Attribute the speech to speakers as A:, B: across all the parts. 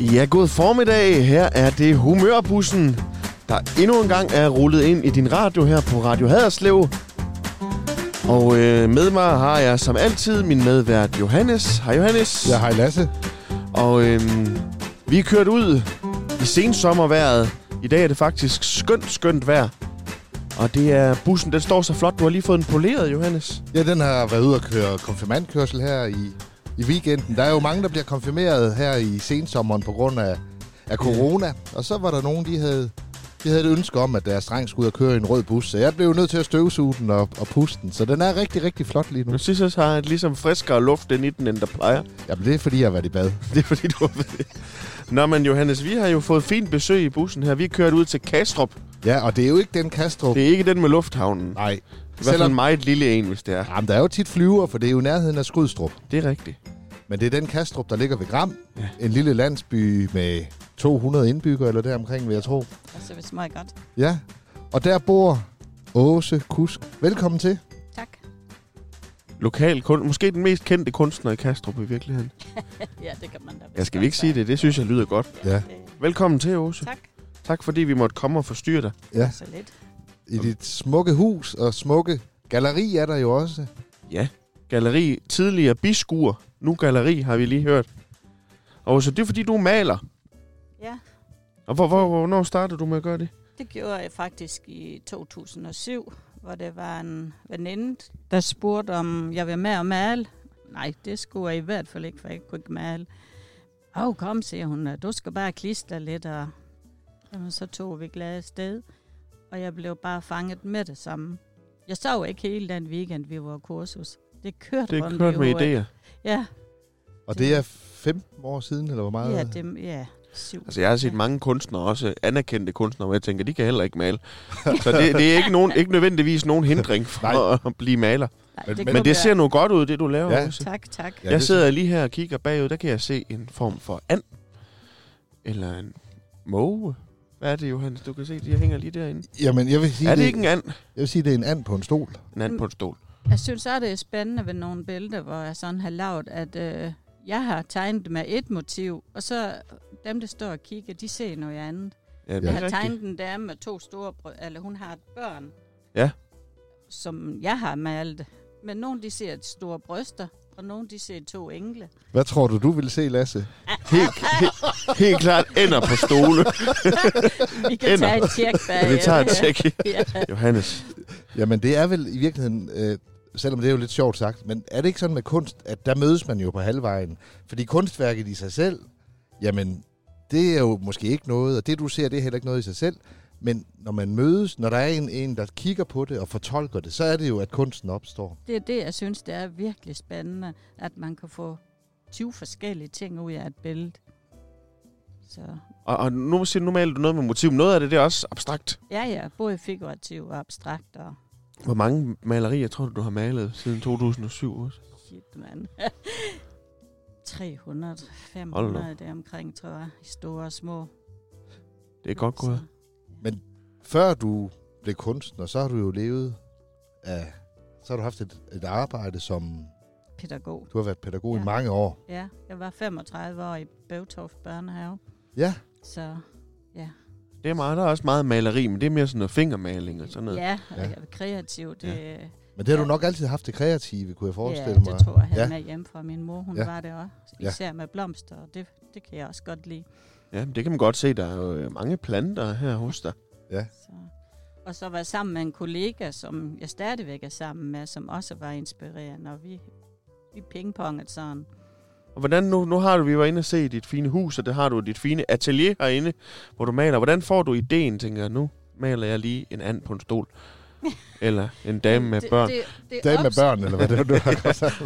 A: Ja, god formiddag. Her er det humørbussen, der endnu en gang er rullet ind i din radio her på Radio Haderslev. Og øh, med mig har jeg som altid min medvært Johannes. Hej Johannes.
B: Ja, hej Lasse.
A: Og øh, vi er kørt ud i sensommerværet. I dag er det faktisk skønt, skønt vejr. Og det er bussen, den står så flot. Du har lige fået den poleret, Johannes.
B: Ja, den har været ude at køre konfirmandkørsel her i, i weekenden. Der er jo mange, der bliver konfirmeret her i sensommeren på grund af, af corona. Og så var der nogen, de havde, de havde et ønske om, at deres dreng skulle ud og køre i en rød bus. Så jeg blev nødt til at støvsuge den og, og puste den. Så den er rigtig, rigtig flot lige nu.
A: Nu synes jeg, så har jeg ligesom friskere luft ind i den, end der plejer.
B: Jamen, det er fordi, jeg har været i bad.
A: Det er fordi, du har ved det. Nå, men Johannes, vi har jo fået fint besøg i bussen her. Vi er kørt ud til Kastrup.
B: Ja, og det er jo ikke den Kastrup.
A: Det er ikke den med lufthavnen. Det
B: Nej.
A: er i hvert fald en
B: Selvom,
A: meget lille en, hvis det er.
B: jamen, der er jo tit flyver, for det er jo i nærheden af Skudstrup.
A: Det er rigtigt.
B: Men det er den Kastrup, der ligger ved Gram. Ja. En lille landsby med 200 indbyggere, eller deromkring, vil jeg tro.
C: Altså, det smager godt.
B: Ja, og der bor Åse Kusk. Velkommen til.
C: Tak.
A: Lokal kun, måske den mest kendte kunstner i Kastrup i virkeligheden.
C: Ja, det kan man da.
A: Jeg skal vi ikke sige det, det synes jeg lyder godt.
B: Ja.
A: Velkommen til, Åse.
C: Tak.
A: Tak fordi vi måtte komme og forstyrre dig.
B: Ja,
C: Så lidt.
B: i dit smukke hus og smukke galleri er der jo også.
A: Ja. Galeri, tidligere biskuer, nu galeri, har vi lige hørt. Og så det er fordi, du maler.
C: Ja,
A: Og hvor, hvor, hvornår startede du med at gøre det?
C: det gjorde jeg faktisk i 2007, hvor det var en veninde, der spurgte, om jeg ville med at male. Nej, det skulle jeg i hvert fald ikke, for jeg kunne ikke male. Åh, oh, kom, siger hun, du skal bare klistre lidt, og jamen, så tog vi glade sted, og jeg blev bare fanget med det samme. Jeg sov ikke hele den weekend, vi var kursus. Det kørte
A: Det
C: rundt
A: er
C: i
A: kørt med
C: hovedet.
A: idéer.
C: Ja,
B: Og det er 15 år siden, eller hvor meget?
C: ja, det, ja, syv.
A: Altså, jeg har set mange kunstnere, også anerkendte kunstnere, hvor jeg tænker, de kan heller ikke male. Så det, det er ikke, nogen, ikke nødvendigvis nogen hindring for
B: Nej.
A: at blive maler.
C: Nej,
B: Men-
C: det
A: Men
C: kunne
A: det ser
C: være-
A: nu godt ud, det du laver.
B: Ja.
A: Åse.
C: Tak, tak.
B: Ja,
A: Jeg
B: det-
A: sidder lige her og kigger bagud, der kan jeg se en form for and. Eller en måge. Hvad er det, Johannes? Du kan se, de hænger lige derinde.
B: Jamen, jeg vil sige,
A: Er det ikke en and?
B: jeg vil sige, det er en and på en stol.
A: En and på en stol.
C: Jeg synes også, det er spændende ved nogle billeder, hvor jeg sådan har lavet, at øh, jeg har tegnet det med et motiv, og så dem, der står og kigger, de ser noget andet.
A: Ja, det
C: Jeg
A: er
C: har
A: rigtigt.
C: tegnet en dame med to store brød, eller hun har et børn,
A: Ja.
C: som jeg har malet. Men nogle, de ser et store bryster, og nogle, de ser to engle.
B: Hvad tror du, du vil se, Lasse?
A: Helt, helt, helt klart ender på stole.
C: Vi kan
A: Ender.
C: tage et tjek bag.
A: Vi tager et tjek.
C: Ja.
A: Johannes.
B: Jamen, det er vel i virkeligheden, øh, selvom det er jo lidt sjovt sagt, men er det ikke sådan med kunst, at der mødes man jo på halvvejen? Fordi kunstværket i sig selv, jamen, det er jo måske ikke noget, og det du ser, det er heller ikke noget i sig selv. Men når man mødes, når der er en, en der kigger på det og fortolker det, så er det jo, at kunsten opstår.
C: Det er det, jeg synes, det er virkelig spændende, at man kan få 20 forskellige ting ud af et billede. Så
A: Og, og nu, siger, du, nu maler du noget med motiv. Noget af det, det er også abstrakt.
C: ja, ja, både figurativ og abstrakt og
A: Hvor mange malerier tror du, du har malet siden 2007 også?
C: shit, mand. 300,
A: Hold
C: 500 deromkring, tror jeg, i store og små.
A: Det er godt gået.
B: Før du blev kunstner, så har du jo levet af... Så har du haft et, et arbejde, som...
C: Pædagog.
B: Du har været pædagog ja. i
C: Ja.
B: mange år.
C: Ja, jeg var 35 år i Bøvtoft Børnehave,
B: Ja,
C: så
A: Det er meget, der er også meget maleri, men det er mere sådan noget fingermaling og sådan noget.
C: ja, og
B: Ja.
C: jeg var kreativ. Det, ja.
B: men det har du
C: Ja.
B: nok altid haft det kreative, kunne jeg forestille
C: ja,
B: mig.
C: det tror jeg, jeg
B: Ja.
C: havde ja. med hjemme fra min mor. Hun
B: Ja.
C: ja. var det også.
B: Ja.
C: Især med blomster, og det, det kan jeg også godt lide.
A: Ja, men det kan man godt se. Der er jo øh, mange planter her hos dig.
C: Så. Og så var jeg sammen med en kollega, som jeg stadigvæk er sammen med, som også var inspirerende, og vi, vi pingpongede sådan.
A: Og hvordan nu, nu har du, vi var inde og se dit fine hus, og det har du dit fine atelier herinde, hvor du maler. Hvordan får du ideen, tænker jeg, nu maler jeg lige en and på en stol. Eller en dame med børn.
C: Det, det,
B: Dag med børn, eller hvad det var, du har sagt.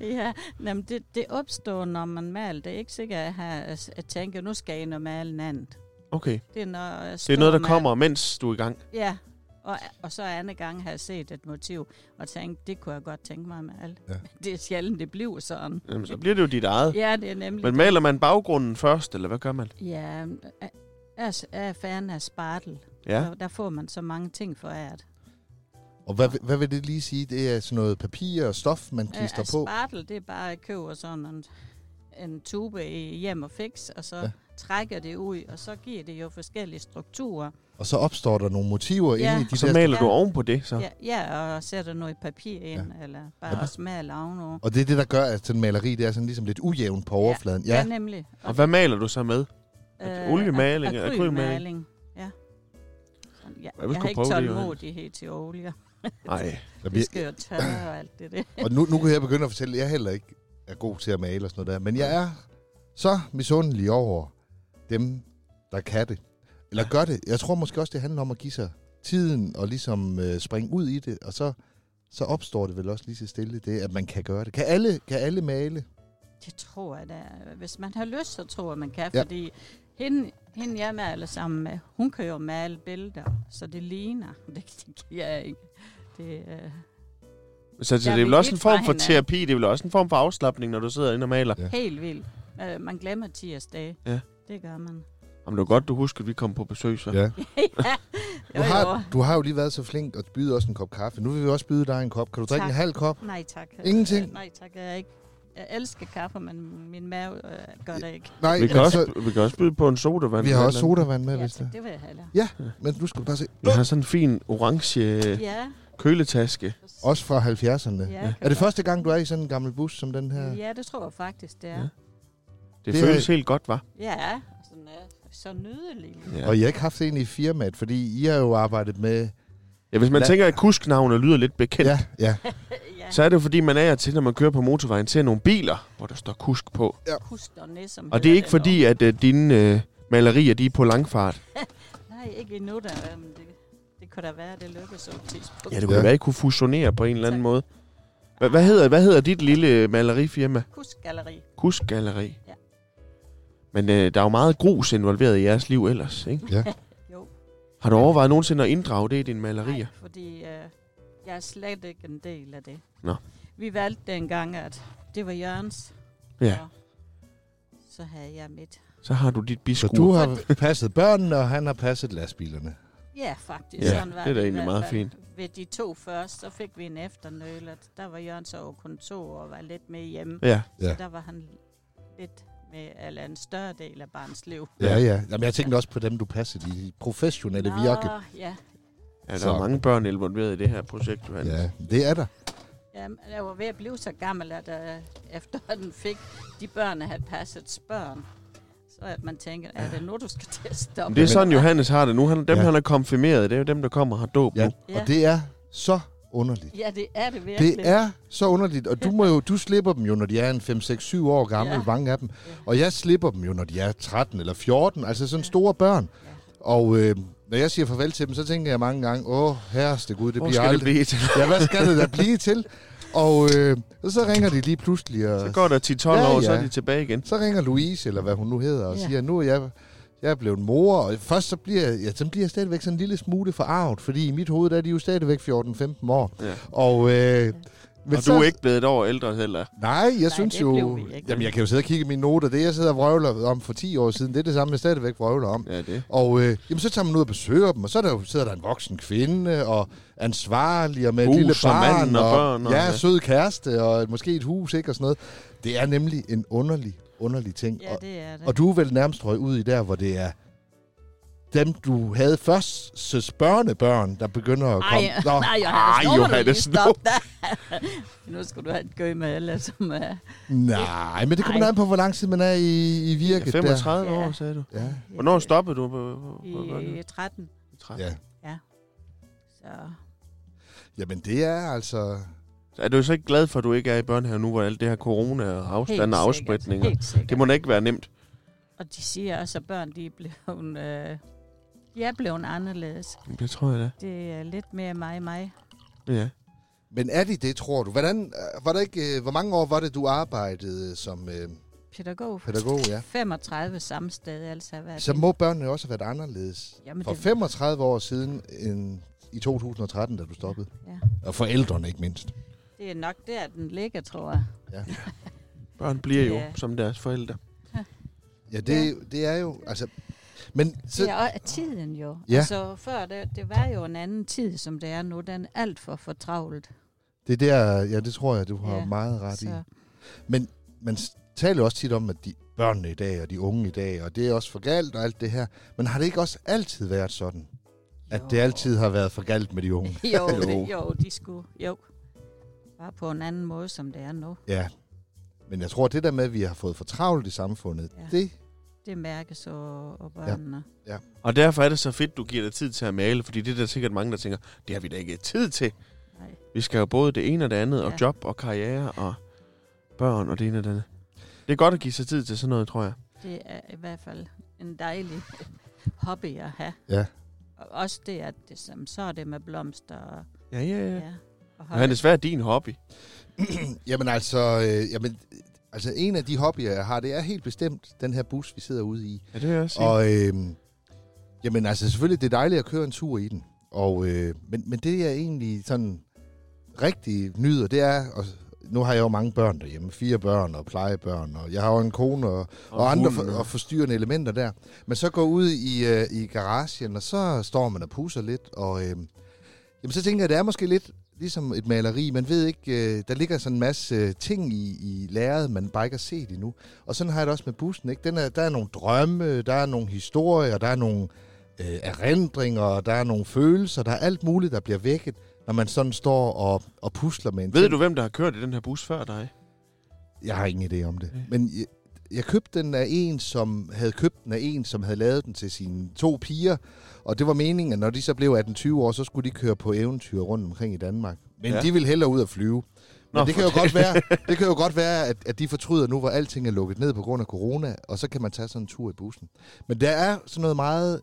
C: Ja, jamen det, det opstår, når man maler. Det er ikke sikkert at, have, at tænke, nu skal jeg ind og male en anden.
A: Okay,
C: Det er, når jeg
A: det
C: står
A: er noget, der
C: med-
A: kommer, mens du er i gang.
C: Ja, og, og så anden gang har jeg set et motiv, og tænkt, det kunne jeg godt tænke mig at male.
B: Ja.
C: Ja. Det er sjældent, det bliver sådan.
A: Jamen, så bliver det jo dit eget.
C: Ja, det er nemlig
A: Men maler man baggrunden først, eller hvad gør man?
C: Ja, øh, jeg- jeg er- jeg er fan af spartel.
A: Ja.
C: Der, der får man så mange ting for ært.
B: Og hvad, hvad vil det lige sige? Det er sådan noget papir og stof, man klister
C: Øh,
B: på.
C: Spartel, det er bare at købe sådan en, en tube i hjem og fix, og så
B: Ja.
C: ja. trækker det ud, og så giver det jo forskellige strukturer.
B: Og så opstår der nogle motiver ja.
C: Ja.
B: inde i de
A: Og så
B: der...
A: maler du
C: Ja.
A: oven på det, så.
C: Ja, ja og sætter noget papir ind, ja. eller bare
B: Ja.
C: ja. også maler ovenover.
B: Og det er det, der gør, at sådan maleri, det er sådan ligesom lidt ujævn på overfladen. Ja.
C: Ja,
B: ja.
C: nemlig.
A: Og hvad maler du så med?
C: øh,
A: oliemaling,
C: ak-
A: akrylmaling?
C: Ja. Sådan, ja.
A: Jeg
C: Jeg,
A: vil
C: jeg
A: sgu
C: har ikke
A: prøve det, Johanne.
C: tålmodighed til olier.
A: Nej.
B: Der
C: Vi
B: bliver,
C: skal jo tørre og alt det der.
B: og nu, nu kan jeg begynde at fortælle, at jeg heller ikke er god til at male og sådan noget der. Men jeg er så misundelig over dem, der kan det. Eller gør det. Jeg tror måske også, det handler om at give sig tiden og ligesom øh, springe ud i det. Og så, så opstår det vel også lige så stille det, at man kan gøre det. Kan alle, kan alle male?
C: Det tror jeg da. Hvis man har lyst, så tror jeg, man kan.
B: Ja.
C: Ja. Fordi hende, hende, jeg maler sammen med, hun kan jo male billeder, så det ligner. Det, det kan jeg ikke. Det, øh,
A: Så, så
C: Jeg
A: det er vel
C: vil
A: også en
C: lidt
A: form
C: fra
A: for
C: hinanden.
A: terapi, det er vel også en form for afslappning, når du sidder inde og maler.
B: Ja.
C: helt vildt. Øh, man glemmer tirsdag.
A: Ja.
C: Det gør man.
A: Jamen, det var godt, du husker, at vi kom på besøg, så.
B: Ja.
C: ja.
B: Du har, du har jo lige været så flink at byde os en kop kaffe. Nu vil vi også byde dig en kop. Kan du drikke
C: Tak.
B: en halv kop?
C: Nej tak.
B: Ingenting?
C: Øh, nej tak. Jeg, er ikke. jeg elsker kaffe, men min mave øh, gør det ikke.
B: Nej,
A: Vi
B: men
A: kan,
B: så,
A: også, vi kan også byde på en sodavand.
B: altså- vi har også
A: Eller-
B: sodavand med,
C: Ja,
B: hvis det
C: tak, Altså, det vil jeg hellere.
B: Men nu skal du bare se.
A: Jeg har sådan en fin orange øh,
C: Ja.
A: køletaske.
B: Også fra 70'erne.
C: Ja,
B: Ja.
C: kan
B: Er det
C: godt.
B: første gang, du er i sådan en gammel bus som den her?
C: Ja, det tror jeg faktisk, det er.
A: Ja.
C: Ja.
A: Det,
B: Det
A: det
B: er-
A: føles helt godt, var.
C: Ja, sådan, øh, så nydelig.
A: Ja.
B: Og I har ikke haft en i firmaet, fordi I har jo arbejdet med...
A: ja, hvis man
B: Lad-
A: tænker, at kusknavne lyder lidt bekendt,
B: Ja, ja.
C: ja,
A: så er det jo fordi, man er til, når man kører på motorvejen, ser nogle biler, hvor der står kusk på.
C: husk og næsum.
A: Og det er ikke fordi, at øh, dine øh, malerier, de er på langfart.
C: Nej, ikke endnu der, men det, det kunne da være, at det lykkes på et tidspunkt.
A: Ja,
C: Ja,
A: det kunne
B: Ja.
A: ja. være, at I kunne fusionere på en eller anden måde. Hva- Hvad hedder, hvad hedder dit lille øh, malerifirma?
C: Kuskgalleri.
A: Kuskgalleri.
C: Ja.
A: Men øh, der er jo meget grus involveret i jeres liv ellers, ikke?
C: Jo,
A: Har du overvejet nogensinde at inddrage det i dine malerier?
C: nej, fordi øh, jeg er slet ikke en del af det.
A: Nå.
C: Vi valgte dengang, at det var Jørgens.
A: Ja.
C: og Så havde jeg mit.
A: Så har du dit
B: Så
A: biskur.
B: du har passet børnene, og han har passet lastbilerne.
C: Ja, faktisk.
A: Ja,
C: sådan var
A: det er da
C: i
A: egentlig
C: hvert
A: meget
C: fald. Ved de to først, så fik vi en efternøler. Der var Jørgen så over kontor og var lidt med hjemme.
A: Ja.
B: Ja.
C: Ja. Der var han lidt med, eller en større del af barns liv.
B: Ja, ja. Jamen, jeg tænkte også på dem, du passede i dit professionelle virke.
C: Nå, ja.
A: ja, der
B: Så-
A: er mange børn involveret i det her projekt, Johannes.
B: Ja, det er der.
C: Jamen, jeg var ved at blive så gammel, at jeg efterhånden fik de børn, jeg havde passet børn. Så at man tænker, er det nu, du skal til at stoppe?
A: Men det er sådan, Johannes har det nu. Han, dem,
B: Ja.
A: ja. han er konfirmeret, det er jo dem, der kommer og har dåb
B: Ja.
A: ja. nu.
C: Ja.
B: Og det er så underligt.
C: Ja, det er det virkelig.
B: Det er så underligt, og du, må jo, du slipper dem jo, når de er en 5, 6, 7 år gamle, ja.
C: Ja.
B: mange af dem.
C: Ja.
B: Og jeg slipper dem jo, når de er 13 eller 14, altså sådan
C: Ja.
B: store børn.
C: Ja.
B: Og øh, når jeg siger farvel til dem, så tænker jeg mange gange, åh, herreste gud, det
A: Hvor
B: bliver
A: skal det
B: aldrig...
A: blive til?
B: Ja, hvad skal det da blive til? Og øh, så ringer de lige pludselig, og
A: Så går der 10-12
B: Ja,
A: ja, år, så
B: ja.
A: er de tilbage igen.
B: så ringer Louise, eller hvad hun nu hedder, og ja.
C: Ja.
B: siger, nu er jeg, jeg er blevet mor, og først så bliver, jeg- ja, så bliver jeg stadigvæk sådan en lille smule forarvet, fordi i mit hoved der er de jo stadigvæk 14-15 år.
A: Ja.
B: Og, øh, men
A: og du er ikke blevet et år ældre heller.
B: Nej, jeg
C: Nej,
B: synes
C: det
B: jo...
C: blev vi ikke.
B: Jamen, jeg kan jo sidde og kigge i mine noter. Det, jeg sidder og vrøvler om for 10 år siden, det er det samme, jeg stadigvæk vrøvler om.
A: Ja, det.
B: Og øh, jamen, så tager man ud og besøger dem, og så er der jo, sidder der en voksen kvinde, og ansvarlig, og med et
A: Hus
B: lille
A: og
B: barn,
A: manden og børn og-
B: ja,
A: ja.
B: sød kæreste, og måske et hus, ikke, og sådan noget. Det er nemlig en underlig, underlig ting.
C: Ja,
B: og,
C: det er det.
B: og du er vel nærmest røget ud i der, hvor det er dem, du havde først søs børnebørn, der begynder at komme.
C: Ej,
B: Nå,
C: nej,
A: Ej,
C: Johannes, nu må du lige
A: Johannes, nu.
C: stoppe der. nu skal du have et gøy med alle, som øh, er...
B: nej, men det kommer
C: Ej.
B: an på, hvor lang tid man er i, i
A: Ja,
B: virket. der.
A: 35
C: Ja. Øh,
A: år, sagde du.
B: Ja.
A: Hvornår stoppede du? Hvor- hvor- hvor var
C: I
A: det?
C: 13,
B: Ja.
C: så...
B: Jamen, det er altså...
A: Så Er du så ikke glad for, at du ikke er i børnehaven nu, hvor alt det her corona og afstand og afspritning? og-
C: Helt sikkert.
A: Det må da ikke være nemt.
C: Og de siger også, at børn de er blevet, øh, de er blevet anderledes.
A: Det tror jeg da.
C: Det er lidt mere mig, mig.
A: Ja.
B: Men er de det, tror du? Hvordan, øh, var der ikke, øh, hvor mange år var det, du arbejdede som øh,
C: Pædagog.
B: pædagog? Ja?
C: 35 samme sted, altså. Hvad er
B: Så
C: det?
B: må børnene også have været anderledes
C: Jamen,
B: for
C: det-
B: 35 år siden end i 2013, da du stoppede.
C: Ja.
B: Og forældrene ikke mindst.
C: Det er nok der, den ligger, tror jeg.
A: Børn bliver jo
C: Ja.
A: som deres forældre.
B: Ja, det, det er jo... Altså, men
C: Så... Det
B: så,
C: er også tiden jo.
B: Ja.
C: Altså, før, det, det var jo en anden tid, som det er nu. Den er alt for fortravlet.
B: det er der, ja, det tror jeg, du har
C: Ja,
B: meget ret i.
C: Så
B: Men s- taler jo også tit om, at de børnene i dag og de unge i dag, og det er også for galt og alt det her. Men har det ikke også altid været sådan, at det altid har været for galt med de unge?
C: jo,
A: Jo.
C: det, jo, de skulle. Jo. Bare på en anden måde, som det er nu.
B: Ja. Men jeg tror, det der med, at vi har fået for travlt i samfundet, ja.
C: Ja.
B: det...
C: Det mærkes og, og børnene.
A: Og derfor er det så fedt, du giver dig tid til at male, fordi det er der sikkert mange, der tænker, det har vi da ikke tid til.
C: Ja. Nej.
A: Vi skal jo både det ene og det andet, og
C: Ja.
A: job og karriere og børn og det ene og det andet. Det er godt at give sig tid til sådan noget, tror jeg.
C: Det er i hvert fald en dejlig hobby at have.
B: Ja.
C: Og også det, at det, som, så er det med blomster og,
A: Ja, ja, ja.
C: ja. og
A: Men det er desværre din hobby.
B: Jamen altså, øh, jamen, altså, en af de hobbyer, jeg har, det er helt bestemt den her bus, vi sidder ude i.
A: Ja, det vil jeg også sige.
B: Og øh, jamen altså, selvfølgelig, det er dejligt at køre en tur i den. Og, øh, men, men det, jeg egentlig sådan rigtig nyder, det er... Og, nu har jeg jo mange børn derhjemme. Fire børn og plejebørn, og jeg har jo en kone og, og, og andre for,
A: hunden.
B: og forstyrrende elementer der. Men så går ud i, øh, i garagen, og så står man og pusser lidt, og øh, jamen, så tænker jeg, det er måske lidt ligesom et maleri. Man ved ikke, øh, der ligger sådan en masse øh, ting i, i læret, man bare ikke har set endnu. Og sådan har jeg det også med bussen. Ikke? Den er, der er nogle drømme, der er nogle historier, der er nogle øh, erindringer, der er nogle følelser, der er alt muligt, der bliver vækket, når man sådan står og, og pusler med en
A: Ved
B: ting.
A: du, hvem der har kørt i den her bus før dig?
B: Jeg har ingen idé om det.
A: Nej.
B: Men jeg, jeg købte den af en, som havde købt den af en, som havde lavet den til sine to piger. Og det var meningen, at når de så blev 18-20 år, så skulle de køre på eventyr rundt omkring i Danmark. Men
A: Ja.
B: ja. de ville hellere ud og flyve. Men
A: Nå,
B: Nå, det, kan jo godt være, det kan jo godt være, at, at de fortryder nu, hvor alting er lukket ned på grund af corona, og så kan man tage sådan en tur i bussen. Men der er sådan noget meget...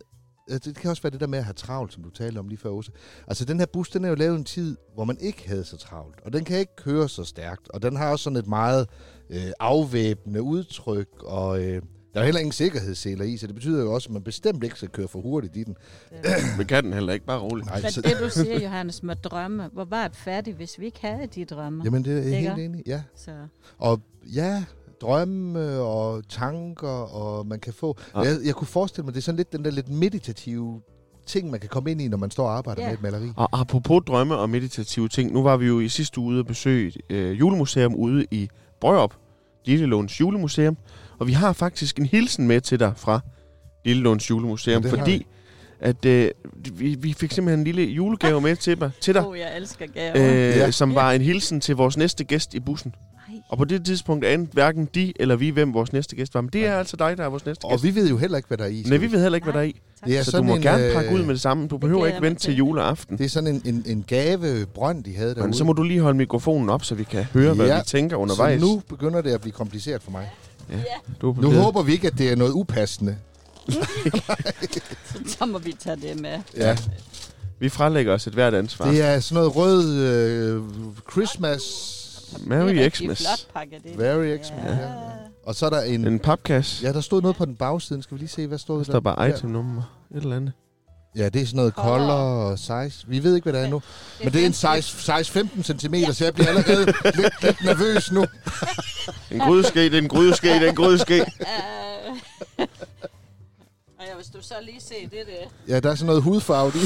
B: øh, Det kan også være det der med at have travlt, som du talte om lige før, Åse. Altså, den her bus, den er jo lavet i en tid, hvor man ikke havde så travlt, og den kan ikke køre så stærkt, og den har også sådan et meget øh, afvæbnende udtryk, og øh, der er heller ingen sikkerhedsseler i, så det betyder jo også, at man bestemt ikke skal køre for hurtigt i den.
A: Men kan den heller ikke, bare roligt.
B: Nej,
C: Men
B: så,
C: det, du siger, Johannes, med drømme. Hvor var det fattigt, hvis vi ikke havde de drømme?
B: jamen, det er jeg
C: Ikke?
B: helt enig. i, Ja.
C: Så
B: Og ja, drømme øh, og tanker, og man kan få...
A: Ja.
B: Ja. Jeg, jeg kunne forestille mig, det er sådan lidt den der lidt meditative ting, man kan komme ind i, når man står og arbejder
C: Ja.
B: ja. med et maleri.
A: Og apropos drømme og meditative ting, nu var vi jo i sidste uge ude at besøge et øh, julemuseum ude i Brørup, Lillelunds julemuseum, og vi har faktisk en hilsen med til dig fra Lillelunds julemuseum,
B: Ja,
A: ja,
B: det har
A: fordi at, øh, vi, vi fik simpelthen en lille julegave med til, dig- til dig,
C: oh, jeg elsker gaver. Øh.
A: øh,
B: Ja.
A: som var en hilsen til vores næste gæst i bussen. Og på det tidspunkt anede hverken de eller vi, hvem vores næste gæst var, men det er altså dig, der er vores næste
B: Og
A: gæst.
B: vi ved jo heller ikke, hvad der er i.
A: Nej, vi ved heller ikke, hvad der er i.
B: Det er
A: Så du
B: sådan
A: må
B: en,
A: gerne
B: øh,
A: pakke ud med det samme. Du behøver
C: glæder
A: ikke
C: jeg
A: vente
C: mig
A: til
C: til.
A: juleaften.
B: Det er sådan en, en, en gavebrønd, de havde derude.
A: Men så må du lige holde mikrofonen op, så vi kan høre, hvad
B: Ja,
A: vi tænker undervejs.
B: Så nu begynder det at blive kompliceret for mig.
A: du,
B: Nu håber vi ikke, at det er noget upassende.
C: Så, så må vi tage det med.
B: Ja,
A: Vi frelægger os et hvert ansvar.
B: det er sådan noget rød øh, Christmas,
A: Merry
C: det er rigtig
A: Xmas.
C: flot pakket ind.
B: Very Xmas. Ja. Ja. Og så er der en...
A: En papkasse. Ja.
B: Ja, der stod noget på den bagsiden. Skal vi lige se, hvad stod
A: Der
B: der?
A: står bare
B: Ja.
A: itemnummer. Et eller andet.
B: Ja, det er sådan noget
C: Koldere.
B: koldere og size. Vi ved ikke, hvad der er nu. Men det er en size, size 15 cm, så jeg bliver allerede lidt, lidt nervøs nu.
A: En grydeske, det er en grydeske, det er en grydeske.
C: Øh. Ej, hvis du så lige ser det der,
B: Ja, der er sådan noget hudfarve i.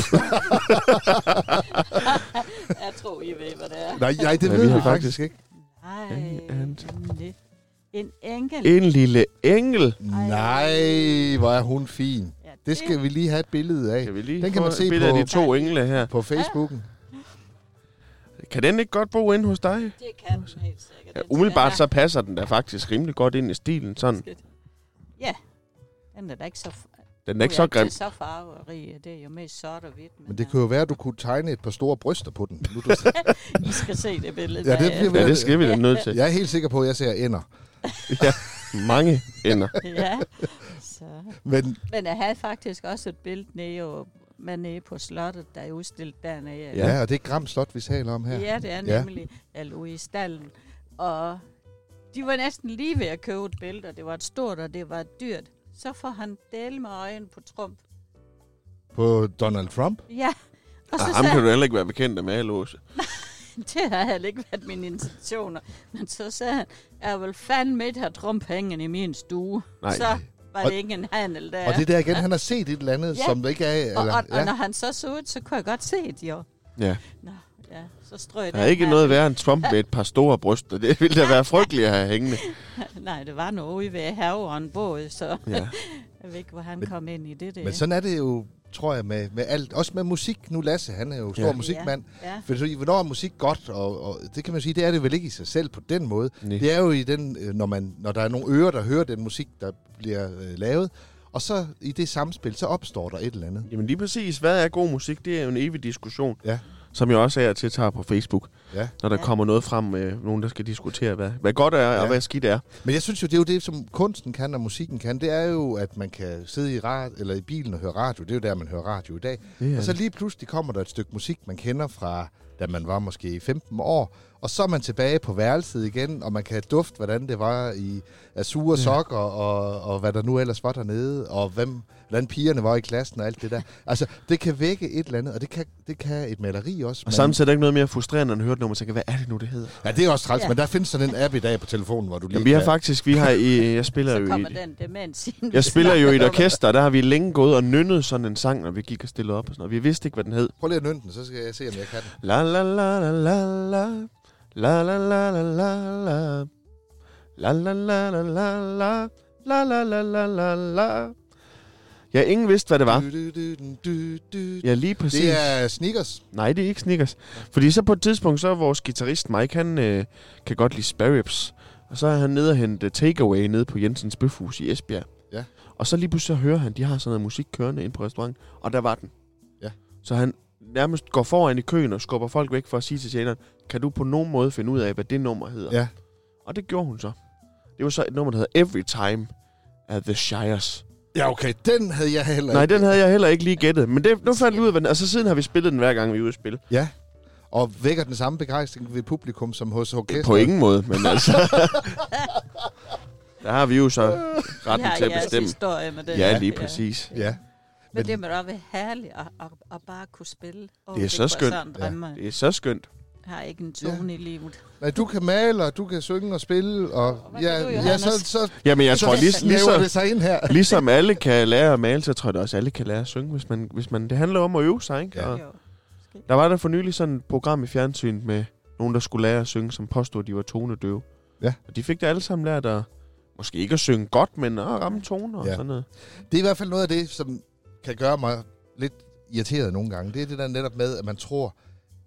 C: jeg tror, I ved, hvad det er.
B: Nej, nej, det
A: Ja,
B: ja,
A: vi
B: ved vi
A: har faktisk-
B: faktisk, faktisk ikke.
C: Ej,
A: En and-
C: men det- en enkelt.
A: En lille engel.
B: Nej, hvor er hun fin.
C: Ja,
B: Det skal vi lige have et billede af
A: Kan vi lige
B: Den kan
A: få
B: man
A: et
B: se
A: billede af
B: på-
A: de to engle her.
B: på Facebooken.
A: Kan den ikke godt bo inde hos dig?
C: Det kan den helt sikkert.
A: Ja,
C: Den skal
A: umiddelbart
C: være-
A: så passer den da faktisk rimelig godt ind i stilen. Sådan.
C: Ja, den er da ikke så...
A: Den er ikke så grim.
C: Det er så farverig, det er jo mest sort og hvidt.
B: Men det kunne jo være, at du kunne tegne et par store bryster på den. Nu, du...
C: I øh, skal se det billede.
B: Ja, det
C: bagefter.
B: bliver
A: Ja, det skal vi da nødt til.
B: Jeg er helt sikker på, at jeg ser ender.
A: Ja, mange ender.
C: ja. Så.
B: Men
C: Men jeg havde faktisk også et billede nede, og, med nede på slottet, der er udstillet dernede.
B: ja, og det er Gram Slot, vi taler om her.
C: ja det er
B: Ja.
C: nemlig ja. Louise Stallen. Og de var næsten lige ved at købe et billede, og det var et stort, og det var et dyrt. Så får han del med øjen på Trump.
B: På Donald Trump.
C: Ja, og så
A: Ah, ham
C: sagde
A: kan du heller ikke være bekendt af malåse.
C: det har heller ikke været mine intentioner. Men så sagde han, jeg vil fandme ikke have Trump hængende i min stue.
A: Nej.
C: Så var
B: Og-
C: det ikke en handel der.
B: Og det er der igen, han har set et eller andet,
C: Ja.
B: som ikke er...
C: og,
B: Eller,
C: og, og,
B: ja.
C: når han så så ud, så kunne jeg godt se det jo.
A: Ja.
C: Nå, ja, så strøg jeg
A: Der er
C: den
A: ikke
C: her.
A: noget værre end Trump med et par store bryster. Det ville da være frygteligt at have hængende.
C: Nej, det var noget ude ved haveren båd, så
A: Ja.
C: jeg ved ikke, hvor han
B: Men-
C: kom ind i det der.
B: Men sådan er det jo, tror jeg, med, med alt. Også med musik. Nu Lasse, han er jo stor
A: Ja.
B: ja. musikmand.
C: Ja,
B: For så, hvornår er musik godt? Og, og det kan man jo sige, det er det vel ikke i sig selv på den måde.
A: Nej.
B: Det er jo i den, øh, når, man, når der er nogle ører, der hører den musik, der bliver øh, lavet. Og så i det samspil, så opstår der et eller andet.
A: Jamen lige præcis, hvad er god musik? Det er jo en evig diskussion,
B: Ja.
A: som jeg også er til tager på Facebook,
B: Ja.
A: når der
C: Ja.
A: kommer noget frem med nogen, der skal diskutere, hvad, hvad godt er ja. og
B: Ja.
A: hvad skidt er.
B: Men jeg synes jo, det er jo det, som kunsten kan og musikken kan. Det er jo, at man kan sidde i, rad, eller i bilen og høre radio. Det er jo der, man hører radio i dag.
A: Det er
B: Og så lige pludselig kommer der et stykke musik, man kender fra, da man var måske 15 år. Og så er man tilbage på værelset igen, og man kan dufte, hvordan det var i azure
A: Ja.
B: sokker, og, og hvad der nu ellers var dernede, og hvem, hvordan pigerne var i klassen og alt det der. Altså, det kan vække et eller andet, og det kan, det kan et maleri også.
A: og
B: men-
A: samtidig er der ikke noget mere frustrerende end at høre et nummer, så kan hvad er det nu, det hedder?
B: Ja, det er også træls,
C: Ja.
B: men der findes sådan en app i dag på telefonen, hvor du lige
A: Jamen, vi har
B: kan-
A: faktisk, vi har i, jeg spiller
C: så
A: jo
C: kommer
A: i,
C: den demens ind.
A: jeg spiller jo i et orkester, der har vi længe gået og nynnet sådan en sang, når vi gik og stillede op og sådan noget. Vi vidste ikke, hvad den hed.
B: Prøv lige at nynde den, så skal jeg se, om jeg kan den.
A: La la la la la la la la la la la la la la la la la la la la la la la Ja, ingen vidste, hvad det var.
B: Du, du, du, du, du.
A: Ja, lige præcis.
B: Det er sneakers.
A: Nej, det er ikke Snickers. Fordi så på et tidspunkt, så er vores guitarist Mike, han øh, kan godt lide spare ribs. Og så er han nede og hente takeaway nede på Jensens Bøfhus i Esbjerg.
B: Ja.
A: Og så lige pludselig så hører han, de har sådan noget musik kørende ind på restauranten. Og der var den.
B: Ja.
A: Så han nærmest går foran i køen og skubber folk væk for at sige til tjeneren, kan du på nogen måde finde ud af, hvad det nummer hedder?
B: Ja.
A: Og det gjorde hun så. Det var så et nummer, der hedder Every Time af The Shires.
B: Ja, okay, den havde jeg heller
A: Nej,
B: ikke.
A: den havde jeg heller ikke lige gættet. Men det, nu fandt vi ud af, hvad den Og så siden har vi spillet den hver gang, vi er ude at spille.
B: Ja, og vækker den samme begejstring ved publikum som hos orkestret.
A: På ingen måde, men altså... der har vi jo så retten
C: ja, øh,
A: til at
C: jeres
A: bestemme.
C: historie med den.
A: Ja, lige præcis.
B: Ja.
C: Men det må da være herligt at, at, at bare kunne spille. Oh,
A: Det er så skønt.
B: Ja.
C: Ja.
A: Det er så skønt.
C: Jeg har ikke en tone ja. i livet.
B: Nej, du kan male, og du kan synge og spille, og...
C: hvad
B: ja,
C: kan du,
B: ja,
C: Johannes?
B: så, så,
A: Jamen, jeg
B: så
A: tror, lige, lige
B: snæver det
A: så,
B: sig ind her.
A: ligesom alle kan lære at male, så tror jeg da også, alle kan lære at synge, hvis man, hvis man... Det handler om at øve sig, ikke?
B: Ja.
A: Og
C: Jo.
A: der var der for nylig sådan et program i fjernsyn med nogen, der skulle lære at synge, som påstod, at de var tonedøve.
B: Ja.
A: Og de fik det alle sammen lært at... Måske ikke at synge godt, men at ramme toner og
B: Ja.
A: sådan noget.
B: Det er i hvert fald noget af det, som kan gøre mig lidt irriteret nogle gange. Det er det der netop med, at man tror,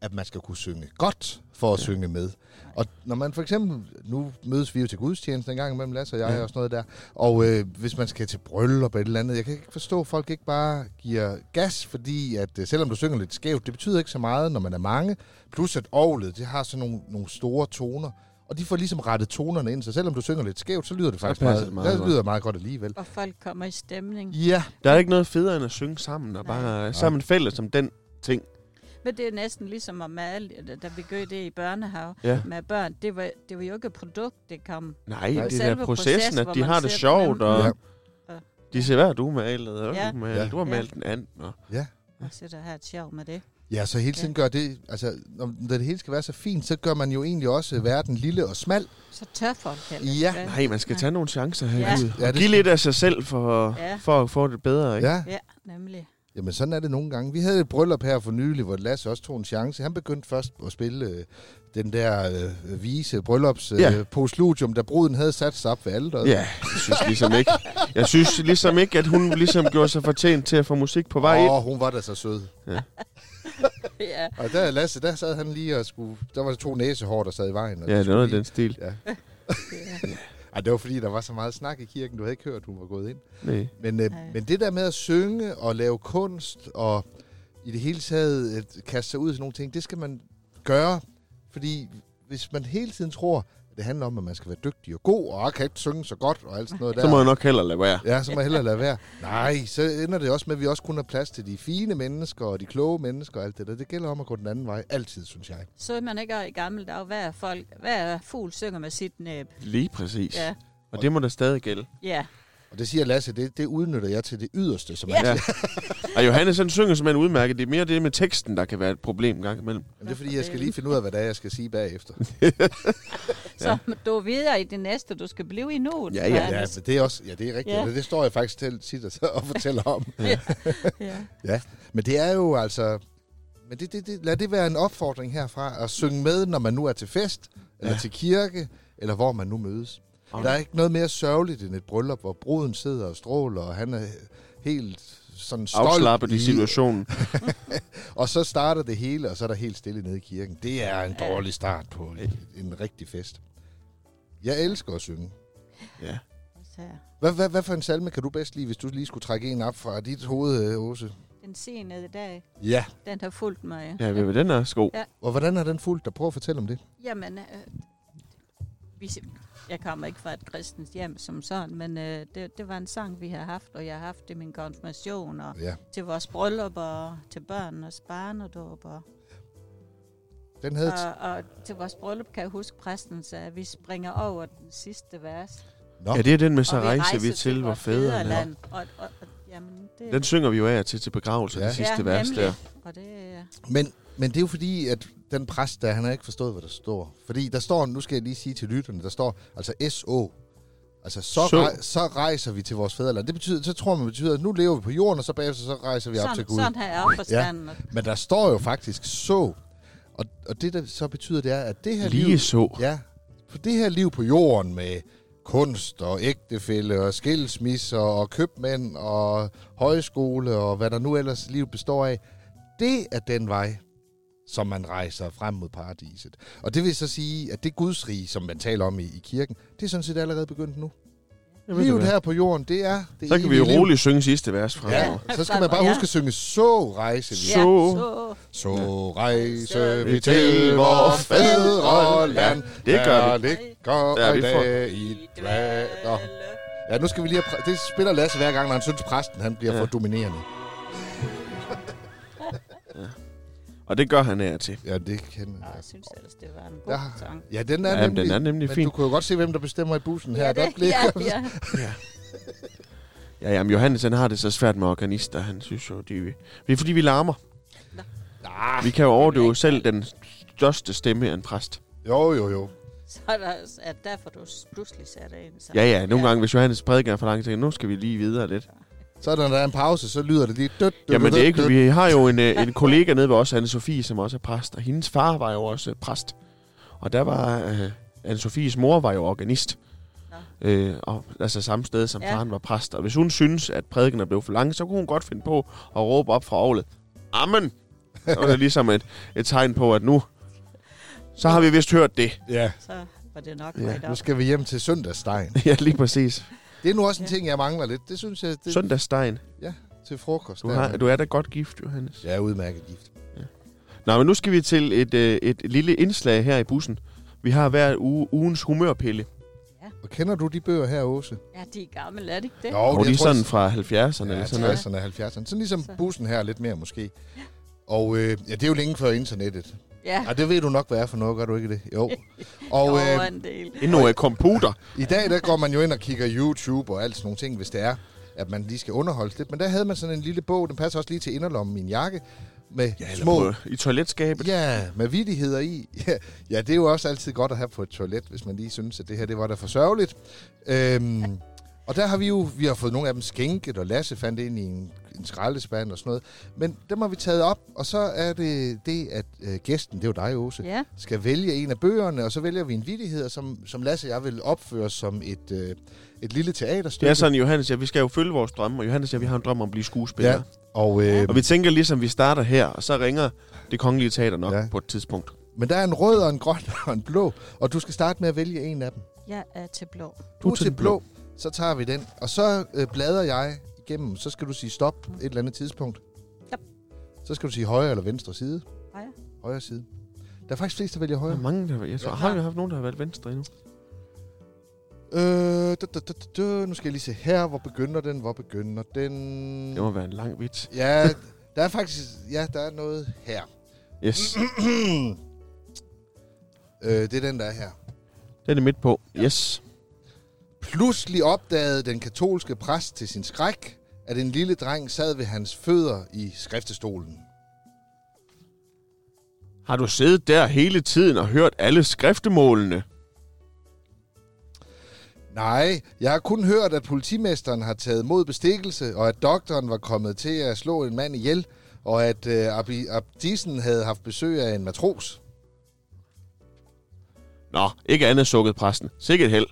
B: at man skal kunne synge godt for at
A: Ja.
B: ja. synge med. Og når man for eksempel, nu mødes vi jo til gudstjeneste en gang imellem, Lasse og jeg
A: Ja.
B: ja. og sådan noget der, og øh, hvis man skal til bryllup eller et eller andet, jeg kan ikke forstå, at folk ikke bare giver gas, fordi at øh, selvom du synger lidt skævt, det betyder ikke så meget, når man er mange, plus at ovlet, det har sådan nogle, nogle store toner, og de får ligesom rettet tonerne ind, så selvom du synger lidt skævt, så lyder det faktisk
A: passer
B: meget,
A: det meget Mm.
B: meget, det lyder meget godt alligevel.
C: Og folk kommer i stemning.
B: Ja,
A: Der er ikke noget federe end at synge sammen, og
C: Nej.
A: bare sammen fælles som den ting.
C: Men det er næsten ligesom at male, da- da vi gjorde det i børnehave
A: Ja.
C: med børn. Det var, det var jo ikke et produkt, det kom.
A: Nej,
B: Nej.
A: det er
C: Selve
A: da processen,
C: processen,
A: at
C: hvor
A: de
C: man
A: har det
C: ser
A: sjovt,
C: dem.
A: og
B: Ja.
A: ja. de siger, hvad har du malet, og hvad har
C: Ja.
A: du malet,
B: Ja.
A: du har
C: Ja.
A: malet en anden. Og
C: Og så der her et sjov med det.
B: Ja, så hele tiden gør det, altså når når det hele skal være så fint, så gør man jo egentlig også verden lille og smal.
C: Så tør folk heller.
B: Ja.
C: vel?
A: nej, man skal
C: Nej.
A: tage nogle chancer
C: Ja.
A: herude.
B: Ja,
A: Ja.
B: det
A: Giv
B: skal-
A: lidt af sig selv for, ja.
C: Ja.
A: for at få det bedre, ikke? Ja.
B: Ja,
C: Ja, nemlig.
B: jamen sådan er det nogle gange. Vi havde et bryllup her for nylig, hvor Lasse også tog en chance. Han begyndte først at spille øh, den der øh, vise bryllups øh,
A: Ja.
B: ja. postludium, da bruden havde sat sig op ved alderet.
A: Ja, jeg synes ligesom ikke. Jeg synes ligesom ikke, at hun ligesom gjorde sig fortjent til at få musik på vej ind.
B: Åh, hun var da så sød.
C: Ja.
B: Og der Lasse, der sad han lige og skulle... Der var to næsehår, der sad i vejen. og
A: Ja,
B: de
A: det er
B: skulle
A: noget af
B: lige-
A: den stil.
B: Ej, det var fordi, der var så meget snak i kirken, du havde ikke hørt, hun var gået ind.
A: Nej.
B: Men, øh,
C: Nej.
B: men det der med at synge og lave kunst og i det hele taget øh, kaste sig ud i sådan nogle ting, det skal man gøre. Fordi hvis man hele tiden tror, at det handler om, at man skal være dygtig og god, og "Ah, kan ikke synge så godt og alt sådan noget der.
A: Så må jeg nok heller lade være.
B: Ja, så må jeg hellere lade være. Nej, så ender det også med, at vi også kun har plads til de fine mennesker og de kloge mennesker og alt det der. Det gælder om at gå den anden vej, altid, synes jeg.
C: Så er man ikke i gamle dage, hver, folk, hver fugl synger med sit næb.
A: Lige præcis.
C: Ja,
A: Og det må da stadig gælde.
C: ja.
B: Og det siger Lasse, det, det udnytter jeg til det yderste, som
C: Ja.
B: man
A: Ja. Og Johannes, han synger simpelthen udmærket. Det er mere det med teksten, der kan være et problem en gang imellem.
B: Jamen, det er fordi, jeg skal lige finde ud af, hvad det er, jeg skal sige bagefter.
C: Så du er videre i det næste, du skal blive i nu.
A: Ja, ja,
B: Ja, men det er også, ja, det er rigtigt.
C: Ja.
B: Ja. Det står jeg faktisk til tit og, og fortæller om.
C: ja.
B: Ja, men det er jo altså... Men det, det, det, lad det være en opfordring herfra at synge med, når man nu er til fest, eller
A: Ja.
B: til kirke, eller hvor man nu mødes. Der er ikke noget mere sørgeligt end et bryllup, hvor bruden sidder og stråler, og han er helt sådan stolt.
A: Afslappet i
B: i-
A: situationen.
B: Og så starter det hele, og så er der helt stille nede i kirken. Det er en dårlig start på en, en rigtig fest. Jeg elsker at synge.
A: Ja.
C: Så
B: Hvad, hvad, hvad for en salme kan du bedst lide, hvis du lige skulle trække en op fra dit hoved, øh, Åse?
C: den senede dag,
B: Ja.
C: den har fulgt mig.
A: Ja, ved, den er sko.
B: Og hvordan har den fulgt dig? Prøv at fortælle om det.
C: Jamen, øh, vi, se- jeg kommer ikke fra et kristent hjem som sådan, men øh, det, det var en sang, vi har haft, og jeg har haft det i min konfirmation, og
B: Ja.
C: til vores bryllup, og til børnenes barnedåb. Og,
B: Den havde... Uh,
C: og, og til vores bryllup kan jeg huske, præsten sagde, at vi springer over den sidste vers.
B: Nå.
A: Ja, det er den med,
C: og
A: så rejser vi til, hvor
C: vort
A: fædrene er.
C: fædreland." Og, og, og, jamen, det,
A: Den synger vi jo af og til til begravelse, ja.
B: Ja.
A: det sidste
C: Ja,
A: vers
C: nemlig.
A: der.
C: og det, øh,
B: men, men det er jo fordi, at den præst der, han har ikke forstået, hvad der står. Fordi der står, nu skal jeg lige sige til lytterne, der står altså S.O. Altså, så,
A: Så.
B: så. Rej, så rejser vi til vores fædreland. Det betyder, så tror man betyder, at nu lever vi på jorden, og så bagefter så rejser vi op til
C: sådan,
B: Gud.
C: sådan har jeg forstanden. Ja.
B: Men der står jo faktisk så. Og, og det, der så betyder, det er, at det her
A: Lige
B: liv...
A: så.
B: Ja, for det her liv på jorden med kunst og ægtefælde og skilsmisser og købmænd og højskole og hvad der nu ellers liv består af, det er den vej, som man rejser frem mod paradiset. Og det vil så sige, at det Guds rige, som man taler om i, i kirken, det er sådan set allerede begyndt nu.
A: Jeg ved
B: Livet
A: det,
B: her på jorden, det er det
A: så kan vi
B: evige
A: jo
B: liv.
A: roligt synge sidste vers fra.
B: Ja, så skal man bare huske at synge, så rejser vi.
A: Så.
C: så
B: Så rejser vi til vores fædreland,
A: Det gør
B: der
A: vi.
B: ligger
A: Der er vi
B: i
A: for.
B: dag i dvaler. Ja, nu skal vi lige have præ- Det spiller Lasse hver gang, når han synes, præsten han bliver
A: Ja.
B: ja. for dominerende.
A: Og det gør han af og til.
B: Ja, det kender
C: Nå,
B: jeg.
C: jeg synes ellers, det var en god
B: Ja.
C: sang.
B: Ja, den er,
A: Ja, men
B: nemlig,
A: den er nemlig
B: men
A: fin.
B: du kunne jo godt se, hvem der bestemmer i bussen her.
C: ja,
B: der
C: det,
B: blev,
C: ja, ja.
A: Ja, jamen Johannes han har det så svært med organister. Han synes jo, de, det er fordi, vi larmer.
B: Ah,
A: Vi kan jo overdøve selv den største stemme af en præst.
B: jo, jo, jo.
C: Så er der også- at derfor, du s- pludselig satte ind. Så.
A: Ja, ja, nogle gange, hvis Johannes prædiker er for langt, så tænker jeg, nu skal vi lige videre lidt.
B: Så når der er en pause, så lyder det lige... Død, død,
A: Jamen,
B: død,
A: det er ikke,
B: død.
A: vi har jo en, øh, en kollega nede ved os, anne Sofie, som også er præst, og hendes far var jo også øh, præst. Og der var, øh, anne Sofies mor var jo organist. Øh, og, altså samme sted, som ja.
C: Ja.
A: faren var præst. Og hvis hun synes, at prædikene blev for lange, så kunne hun godt finde på at råbe op fra ovlet. Amen! Så var det ligesom et, et tegn på, at nu, så har vi vist hørt det.
B: Ja,
C: Så var det nok
A: Ja,
C: ja, right
B: nu
C: up.
B: skal vi hjem til søndagsdegen.
A: ja, lige præcis.
B: Det er nu også en
C: Ja.
B: ting, jeg mangler lidt. Det synes jeg det,
A: Søndagstegn.
B: til frokost.
A: Du,
B: der.
A: har, du er da godt gift, Johannes.
B: Jeg er udmærket gift.
A: Nå, men nu skal vi til et, øh, et lille indslag her i bussen. Vi har hver uge ugens humørpille.
B: Og kender du de bøger her, Åse?
C: Ja, de er gamle, er det ikke det?
B: Jo,
A: Og, og de er
B: jeg tror,
A: sådan fra 70'erne
B: ja,
A: eller sådan noget.
B: 60'erne og 70'erne. Sådan ligesom
C: Så.
B: bussen her lidt mere måske. Og øh, ja, det er jo længe før internettet.
C: Ja,
B: Ja, det ved du nok, hvad er for noget, gør du ikke det? Jo. Og
C: og,
B: øh,
C: øh, en del.
A: Endnu er computer.
B: i dag, der går man jo ind og kigger YouTube og alt sådan nogle ting, hvis det er, at man lige skal underholdes lidt. Men der havde man sådan en lille bog, den passer også lige til inderlommen i en jakke, med ja, små
A: Små. I toiletskabet.
B: Ja, med vidigheder i. Ja, ja, det er jo også altid godt at have på et toilet, hvis man lige synes, at det her det var da for sørgeligt. Øhm, og der har vi jo vi har fået nogle af dem skænket, og Lasse fandt ind i en, en skraldespand og sådan noget. Men dem har vi taget op, og så er det det, at øh, gæsten, det er jo dig, Åse,
C: Ja,
B: skal vælge en af bøgerne, og så vælger vi en vidighed, som, som Lasse og jeg vil opføre som et, øh, et lille
A: Det
B: teaterstykke.
A: er sådan, Johannes, ja, vi skal jo følge vores drømme, og Johannes, ja, vi har en drøm om at blive skuespiller. Ja.
B: Ja, og, øh,
A: Og vi tænker ligesom, vi starter her, og så ringer det kongelige teater nok ja.
B: Ja.
A: på et tidspunkt.
B: men der er en rød og en grøn og en blå, og du skal starte med at vælge en af dem.
C: jeg er til blå.
B: Du er til blå, så tager vi den. Og så øh, bladrer jeg igennem, så skal du sige stop et eller andet tidspunkt.
C: Yep.
B: Så skal du sige højre eller venstre side.
C: Højre.
B: Højre side. Der er faktisk flest, der vælger
A: Der
B: højre.
A: er mange, der jeg tror,
C: Ja.
A: har vi haft nogen, der har været venstre endnu?
B: Øh, da, da, da, da, da. Nu skal jeg lige se her. Hvor begynder den? Hvor begynder den?
A: Det må være en lang vits.
B: Ja, der er faktisk... Ja, der er noget her.
A: Yes,
B: øh, det er den, der er her.
A: den er midt på. Yes.
B: Pludselig opdagede den katolske præst til sin skræk, at en lille dreng sad ved hans fødder i skriftestolen.
A: Har du siddet der hele tiden og hørt alle skriftemålene?
B: Nej, jeg har kun hørt, at politimesteren har taget mod bestikkelse, og at doktoren var kommet til at slå en mand ihjel, og at øh, Abi- Abdisen havde haft besøg af en matros.
A: Nå, ikke andet sukket præsten. Sikkert held.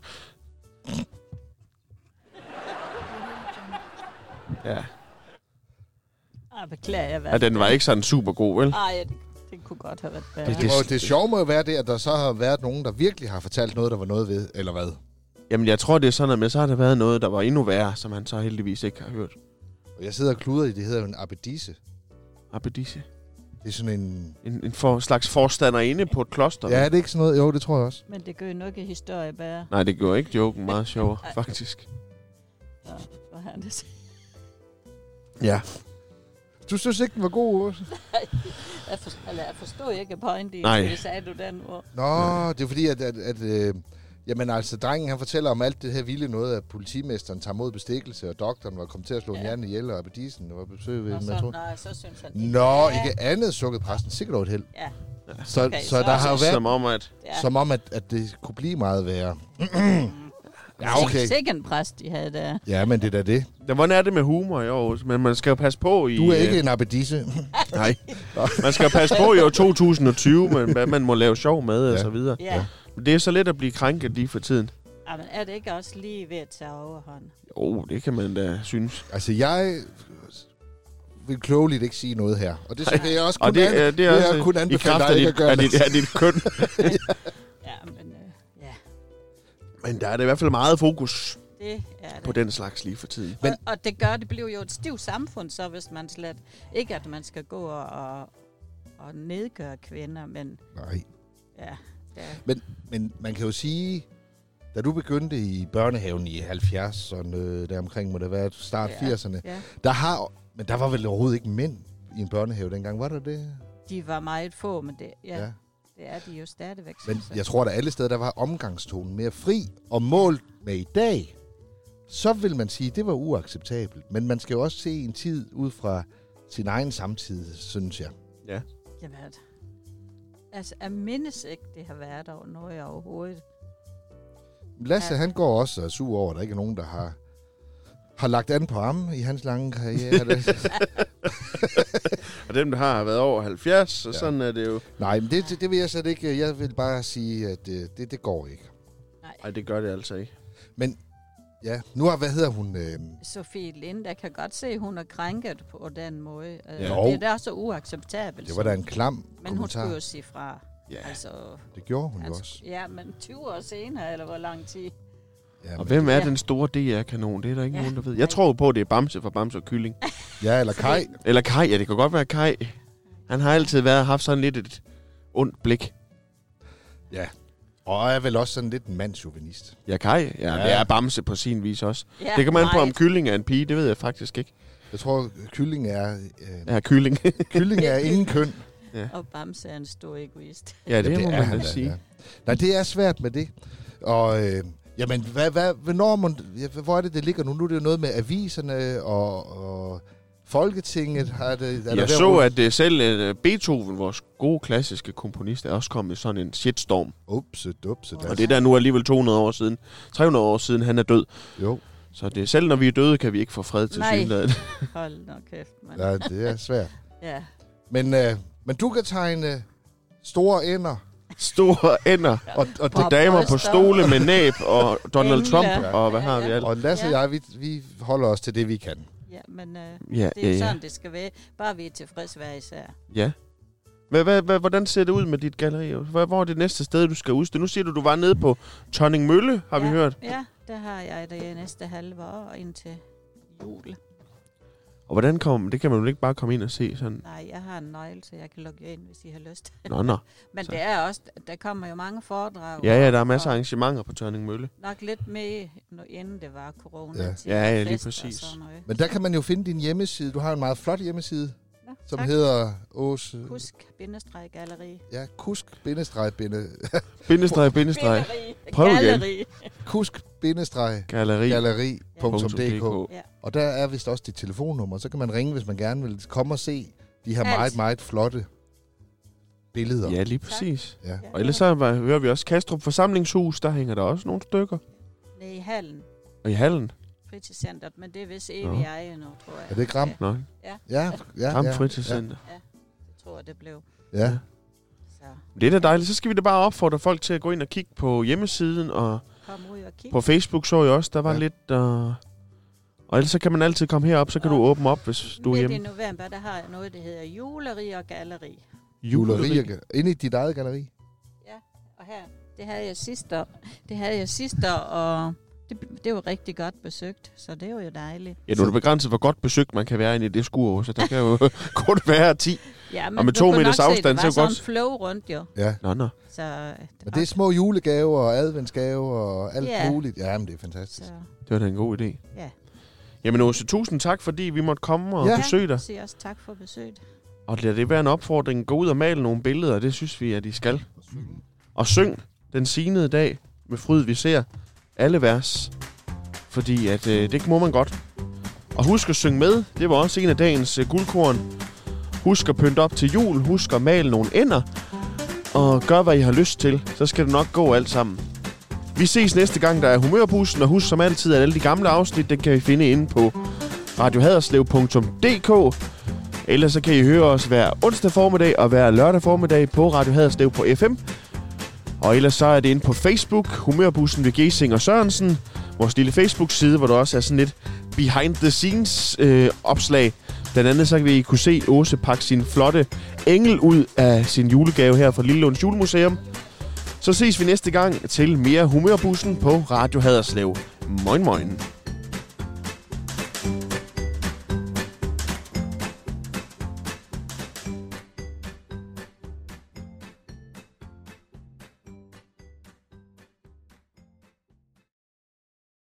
A: Ja.
C: Ah, beklager jeg.
A: ja, den var ikke sådan super god, vel?
C: Ej, det, det kunne godt have været bedre.
A: Det-
B: Det, må,
A: det-
B: det sjove må jo være det, at der så har været nogen, der virkelig har fortalt noget, der var noget ved, eller hvad?
A: Jamen, jeg tror, det er sådan noget med, så har der været noget, der var endnu værre, som han så heldigvis ikke har hørt.
B: Og jeg sidder og kluder i, det hedder jo en abedisse.
A: Abedisse.
B: Det er sådan en...
A: En, en for, slags forstander inde på et kloster.
B: Ja, er det ikke sådan noget? Jo, det tror jeg også.
C: Men det gør jo nok historie bedre.
A: Nej, det gjorde ikke joken meget sjovere,
C: Ej.
A: faktisk.
C: Ja, for han det
A: Ja.
B: Du synes ikke, den var god, Åse?
C: jeg, for, eller, jeg forstod ikke point i,
A: Nej.
C: det sagde du den ord.
B: Nå, det er fordi, at... at, at øh, jamen altså, drengen han fortæller om alt det her vilde noget, at politimesteren tager mod bestikkelse, og doktoren var kommet til at slå ja.
C: Ja.
B: en hjerne ihjel, og abedisen var på besøg ved
C: Nå,
B: en
C: så,
B: matron.
C: nej, så synes han
B: Nå, ikke andet sukket præsten. Sikkert over et held.
C: Ja,
B: Så, okay,
C: Okay,
B: så,
C: så-
B: så der har jo været
A: Som om, at...
C: ja.
B: Som om, at, at det kunne blive meget værre. ja, okay.
C: Sikke en præst, de havde der.
B: Ja, men det er da det.
A: Ja, Hvordan er det med humor i år? Men man skal jo passe på i...
B: Du er
A: øh,
B: ikke en abedisse.
A: Nej. Man skal jo passe på i år 2020, men hvad man må lave sjov med ja. og
B: Ja.
A: så videre.
C: Ja.
B: Ja.
A: Men det er så let at blive krænket lige for tiden.
C: ja. men er det ikke også lige ved at tage overhånd?
A: Jo, det kan man da synes.
B: Altså, jeg vil klogeligt ikke sige noget her. Og det skal jeg også
A: Og
B: kun
A: det,
B: an-
A: er, det er
B: vil jeg
A: også
B: kun
A: i
B: anbefale
A: kraft af
B: dig ikke
A: dit,
B: at gøre
A: af dit,
B: det.
A: af dit køn.
C: Ja, men øh, ja,
A: Men der er det i hvert fald meget fokus
C: det er det.
A: på den slags lige for tiden.
C: Men... Og, og det gør, det bliver jo et stivt samfund, så hvis man slet ikke, at man skal gå og, og, og nedgøre kvinder, men
B: Nej,
C: ja, ja.
B: men man kan jo sige, da du begyndte i børnehaven i 70'erne, øh, der omkring må det være start
C: Ja.
B: 80'erne,
C: ja.
B: der har, men der var vel overhovedet ikke mænd i en børnehave dengang, var der det?
C: De var meget få, men det, ja, Altså. ja. det er de jo stadigvæk.
B: Men
C: synes
B: jeg tror, at alle steder, der var omgangstonen mere fri og målt med i dag, så vil man sige, at det var uacceptabelt. Men man skal jo også se en tid ud fra sin egen samtid, synes jeg.
C: Jamen, at- altså, jeg mindes ikke, det har været over noget overhovedet.
B: Lasse,
C: Ja.
B: ja. han går også og er sur over, at der ikke er nogen, der har, har lagt an på ham i hans lange karriere.
A: Og dem, der har været over 70, så ja. sådan er det jo...
B: Nej, men det, det, det vil jeg slet ikke. Jeg vil bare sige, at øh, det, det går ikke.
A: Nej, det gør det altså ikke.
B: Ja, nu har, hvad hedder hun? Øh,
C: Sofie Linda kan godt se, at hun er krænket på den måde. Ja.
B: Jo.
C: Det er da så uacceptabelt.
B: det var da en klam
C: men hun
B: kommentar.
C: skulle jo sige fra.
A: Ja.
C: Altså,
B: Det gjorde hun jo
C: altså,
B: også.
C: ja, men 20 år senere, eller hvor lang tid?
B: Ja,
A: Og
B: men,
A: hvem er
C: Ja.
A: den store DR-kanon? Det er der ikke
C: Ja.
A: ja. nogen, der ved. Jeg tror jo på, at det er Bamse fra Bamse og Kylling.
B: ja eller Kai.
A: Eller Kai. Ja, det kan godt være Kai. Han har altid været, haft sådan lidt et ondt blik.
B: Og er vel også sådan lidt en mandsjuvenist.
A: Ja, Kai. Ja, ja.
B: Ja.
A: det er Bamse på sin vis også.
C: Ja,
A: Ja, det kan man på, om
C: meget.
A: Kylling er en pige. Det ved jeg faktisk ikke.
B: Jeg tror, kylling er... Øh,
A: Ja, Kylling.
B: Kylling er ingen køn.
C: Og Bamse er en stor egoist.
A: ja, det, det må man
B: da,
A: da sige.
B: ja. Nej, det er svært med det. Og øh, jamen, hvad, hvad, hvornår man, ja, hvor er det, det ligger nu? Nu er det jo noget med aviserne og, og Folketinget. Har det, er der
A: Jeg
B: der
A: så,
B: rundt-
A: at øh, selv øh, Beethoven, vores gode klassiske komponist, er også kommet i sådan en shitstorm.
B: Upse, dupse,
A: Og
B: das.
A: det er der nu alligevel 200 år siden, 300 år siden, han er død.
B: Jo,
A: Så det er selv, når vi er døde, kan vi ikke få fred til
C: Nej.
A: synligheden.
C: Hold nok kæft, mand. Ja.
B: ja, det er svært.
C: ja.
B: Men, øh, men du kan tegne store ender.
A: Store ender
B: Og, og,
A: på
C: Og
A: damer på
C: bryster.
A: stole med næb og Donald
C: Engle.
A: Trump
C: Ja.
A: og hvad har
C: Ja,
A: vi
C: ja.
A: alt.
B: og Lasse og
C: Ja.
B: jeg, vi, vi holder os til det, vi kan.
C: ja, men øh,
A: Ja,
C: det
A: ja,
C: er jo
A: ja.
C: sådan, det skal være. Bare vi er tilfredse hver især.
A: ja. Men hvad, hvad, hvordan ser det ud med dit galleri? Hvor hvor er det næste sted, du skal udstille? Nu siger du, du var nede på Tonning Mølle, har vi
C: ja,
A: hørt.
C: Ja, der har jeg det næste halve år og indtil jul.
A: Og hvordan kom, det kan man jo ikke bare komme ind og se sådan.
C: Nej, jeg har en nøgle, så jeg kan lukke jer ind, hvis I har lyst.
A: Nå, nå.
C: Men
A: Så.
C: det er også, der kommer jo mange foredrag.
A: Ja, ja, der er masser af
C: og
A: arrangementer på Tørning Mølle.
C: Nok lidt mere, nu- inden det var corona.
B: Ja.
A: Ja, ja, lige
C: fest og
A: præcis.
C: sådan noget.
B: Men der kan man jo finde din hjemmeside. Du har en meget flot hjemmeside,
C: Nå,
B: som
C: tak.
B: hedder Ås...
C: Kusk-galleri.
B: Ja, kusk bindestreg binde,
A: Bindestreg, bindestreg.
C: Galleri.
A: Prøv igen.
C: Galleri.
B: kusk bindestreg
A: Galleri.
B: galleri.dk
A: .dk.
B: Og der er vist også dit telefonnummer, så kan man ringe, hvis man gerne vil komme og se de her
C: Alt.
B: meget, meget flotte billeder.
A: Ja, lige præcis.
B: Ja.
C: Ja.
A: Og ellers så var- hører vi også Kastrup Forsamlingshus, der hænger der også nogle stykker.
C: Nede i hallen,
A: Og i hallen.
C: fritidscenteret, men det er vist
A: Nå.
C: evig eje nu, tror jeg.
B: Er det Gram?
A: Nå,
B: Ja, ja,
A: Gram
B: ja,
A: Fritidscenter.
C: Jeg tror, det blev.
B: Ja, ja.
C: Så
A: Det er da dejligt. Så skal vi da bare opfordre folk til at gå ind og kigge på hjemmesiden og
C: komme ud og kigge.
A: På Facebook så jeg også, der var ja.
B: Ja.
A: lidt... Øh, og ellers så kan man altid komme herop, så kan
C: Ja.
A: du åbne op, hvis du er
C: Midt i
A: hjemme.
C: november, der har jeg noget, der hedder juleri og galleri.
B: Juleri. og ga- Inde i dit eget galleri.
C: Og her, det havde jeg sidste, år- det havde jeg sidste, år, og det, det var rigtig godt besøgt, så det var jo dejligt.
A: Ja, nu er det begrænset, hvor godt besøgt man kan være inde i det skur, så der kan jo kun være 10.
C: Ja, men
A: med
C: du
A: to
C: kunne
A: meters
C: nok se,
A: afstand,
C: der
A: så
C: var
A: kunne
C: sådan
A: godt-
C: en flow rundt jo.
B: Ja.
A: Nå, nå.
C: Så,
B: Og det er små julegaver og adventsgaver og alt
C: Ja.
B: yeah. muligt. Ja, men det er fantastisk.
C: så
A: Det var da en god idé.
C: Ja.
A: Jamen Åse, tusind tak, fordi vi måtte komme og ja.
B: Ja.
A: besøge dig.
C: sig også tak for besøget.
A: Og lad det være en opfordring. Gå ud og male nogle billeder, det synes vi, at I skal. Og syng den signede dag med fryd, vi ser alle vers. Fordi at, øh, det må man godt. Og husk at synge med. Det var også en af dagens øh, guldkorn. Husk at pynte op til jul. Husk at male nogle ender. Og gør, hvad I har lyst til. Så skal det nok gå alt sammen. Vi ses næste gang, der er humørbussen. Og husk som altid, at alle de gamle afsnit, den kan I finde inde på radiohaderslev.dk. Ellers så kan I høre os hver onsdag formiddag og hver lørdag formiddag på Radio Haderslev på FM. Og ellers så er det inde på Facebook, Humørbussen ved Gesing og Sørensen. Vores lille Facebook-side, hvor der også er sådan lidt behind the scenes øh, opslag. Blandt andet så kan vi kunne se Åse pakke sin flotte engel ud af sin julegave her fra Lillelunds Julemuseum. Så ses vi næste gang til mere Humørbussen på Radio Haderslev. Moin moin.